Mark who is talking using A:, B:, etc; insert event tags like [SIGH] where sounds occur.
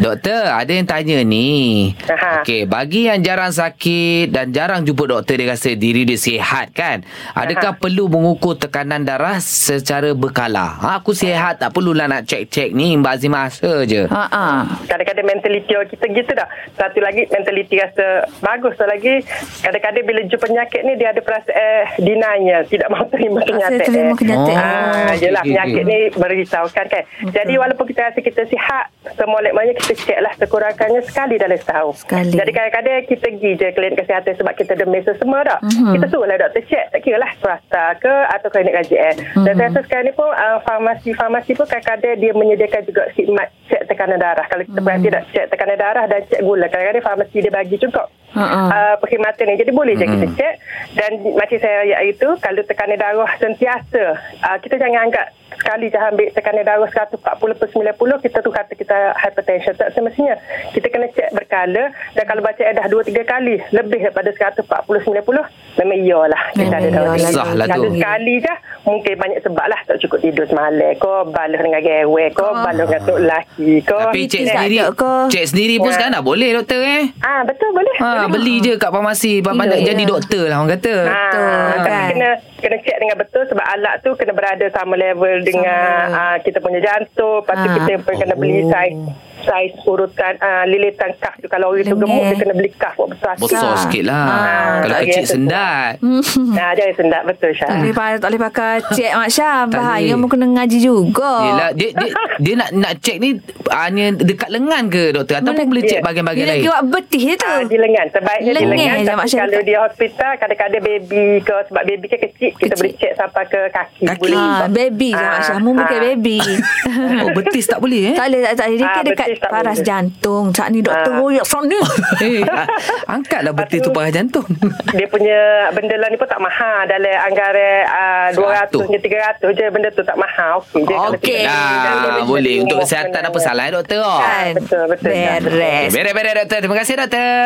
A: Doktor, ada yang tanya ni.
B: Aha.
A: Okey, bagi yang jarang sakit dan jarang jumpa doktor dia rasa diri dia sihat kan? Adakah
B: Aha.
A: perlu mengukur tekanan darah secara berkala? Ha, aku sihat tak perlulah nak cek-cek ni Mbak Azimah rasa je.
C: Ha ah.
B: Kadang-kadang mentaliti orang kita gitu dah. Satu lagi mentaliti rasa bagus. Satu lagi kadang-kadang bila jumpa penyakit ni dia ada perasaan eh, dinanya. Tidak mau terima kenyataan.
C: terima kenyataan.
B: Ah,
A: Oh,
B: yelah
A: okey,
B: penyakit
A: okey.
B: ni merisaukan kan. Jadi walaupun kita rasa kita sihat, semua lekmanya kita cek lah kekurangannya sekali dalam setahun.
C: Sekali.
B: Jadi kadang-kadang kita pergi je klinik kesihatan sebab kita demam semua dah.
C: Mhm.
B: Kita suruh lah doktor cek. Tak kira lah swasta ke atau klinik KJN.
A: Mhm.
B: Dan saya rasa sekarang ni pun uh, farmasi-farmasi pun kadang-kadang dia menyediakan juga khidmat cek tekanan darah. Kalau
A: Mhm.
B: kita berhati nak cek tekanan darah dan cek gula. Kadang-kadang farmasi dia bagi juga.
C: Mhm.
B: Uh, perkhidmatan ni. Jadi boleh je kita cek. Dan macam saya ayat itu, kalau tekanan darah sentiasa, uh, kita jangan anggap sekali je ambil tekanan darah 140 per 90, kita tu kata kita hypertension. Tak semestinya. Kita kena cek berkala dan kalau baca dah 2-3 kali lebih daripada 140 90, memang iyalah. Kita
C: Memang
B: ada darah
C: iyalah.
B: tinggi.
A: Sah lah
B: Kalau
A: tu.
B: [LAUGHS] sekali je, mungkin banyak sebab lah. Tak cukup tidur semalam ke, balas dengan gewe ke,
C: Ah.
B: balas dengan tok lelaki ke.
A: Tapi cek
C: tak
A: sendiri,
C: ada ke?
A: cek sendiri pun
B: Ya.
A: sekarang dah boleh doktor eh.
B: Ah betul boleh.
A: Ha,
B: boleh.
A: beli je kat farmasi, pandai
C: Iya,
A: jadi
C: iya.
A: doktor lah orang kata.
C: Betul,
B: Ah, tapi
C: kan?
B: kena kena check dengan betul sebab alat tu kena berada sama level dengan
C: level.
B: ah, kita punya jantung. Lepas tu
C: Ah.
B: kita pun kena beli
A: Oh.
B: saiz saiz urutan ah, lilitan kaf tu kalau orang tu
C: Lengan.
B: gemuk dia kena beli kaf buat besar.
A: Besar
C: Besar.
A: sikit lah.
B: Ah,
A: Kalau
B: tak
A: kecil
B: biasa.
A: sendat.
B: Nah, jangan sendat betul
C: Tak
B: Syah.
C: Mhm. boleh, pakai, tak boleh pakai cek Mak Syah.
A: Tak
C: Bahaya
A: boleh.
C: pun kena ngaji juga.
A: Yelah, dia, dia, dia nak nak cek ni hanya dekat lengan ke doktor ataupun
C: Mele-
A: boleh cek
B: Ya.
A: bahagian-bahagian
C: Dia
A: lain?
C: lagi buat betih je tu.
B: Ah, di lengan Sebaiknya di
C: Lengan
B: lengan
C: je,
B: Tapi
C: Mak Syah
B: kalau
C: letak.
B: di hospital Kadang-kadang baby ke Sebab baby kan kecil Kita
C: Kecil.
B: boleh cek sampai ke kaki,
A: Kaki.
B: Boleh
C: Ah, baby je Mak Syah. Mu bukan
B: ah.
C: baby.
B: [LAUGHS]
A: Oh, betis tak boleh eh?
C: tak boleh, tak, tak boleh. Dia
B: Ah,
C: kan dekat
B: betis tak
C: paras
B: boleh.
C: jantung. Saat ni doktor
B: Ah.
C: royak sana.
A: Eh, angkatlah betis tu parah jantung.
B: dia punya benda lah ni pun tak mahal dalam anggaran uh,
A: 100.
B: 200 hingga 300 je benda tu tak mahal okey je kalau
A: Okey
B: kita- kita-
A: lah,
B: kita-
A: boleh.
B: kita-
A: Untuk
B: kita-
A: kesihatan
B: kita-
A: apa salah eh doktor?
B: Ah, betul, betul.
C: Beres.
A: Beres-beres doktor. Terima kasih doktor.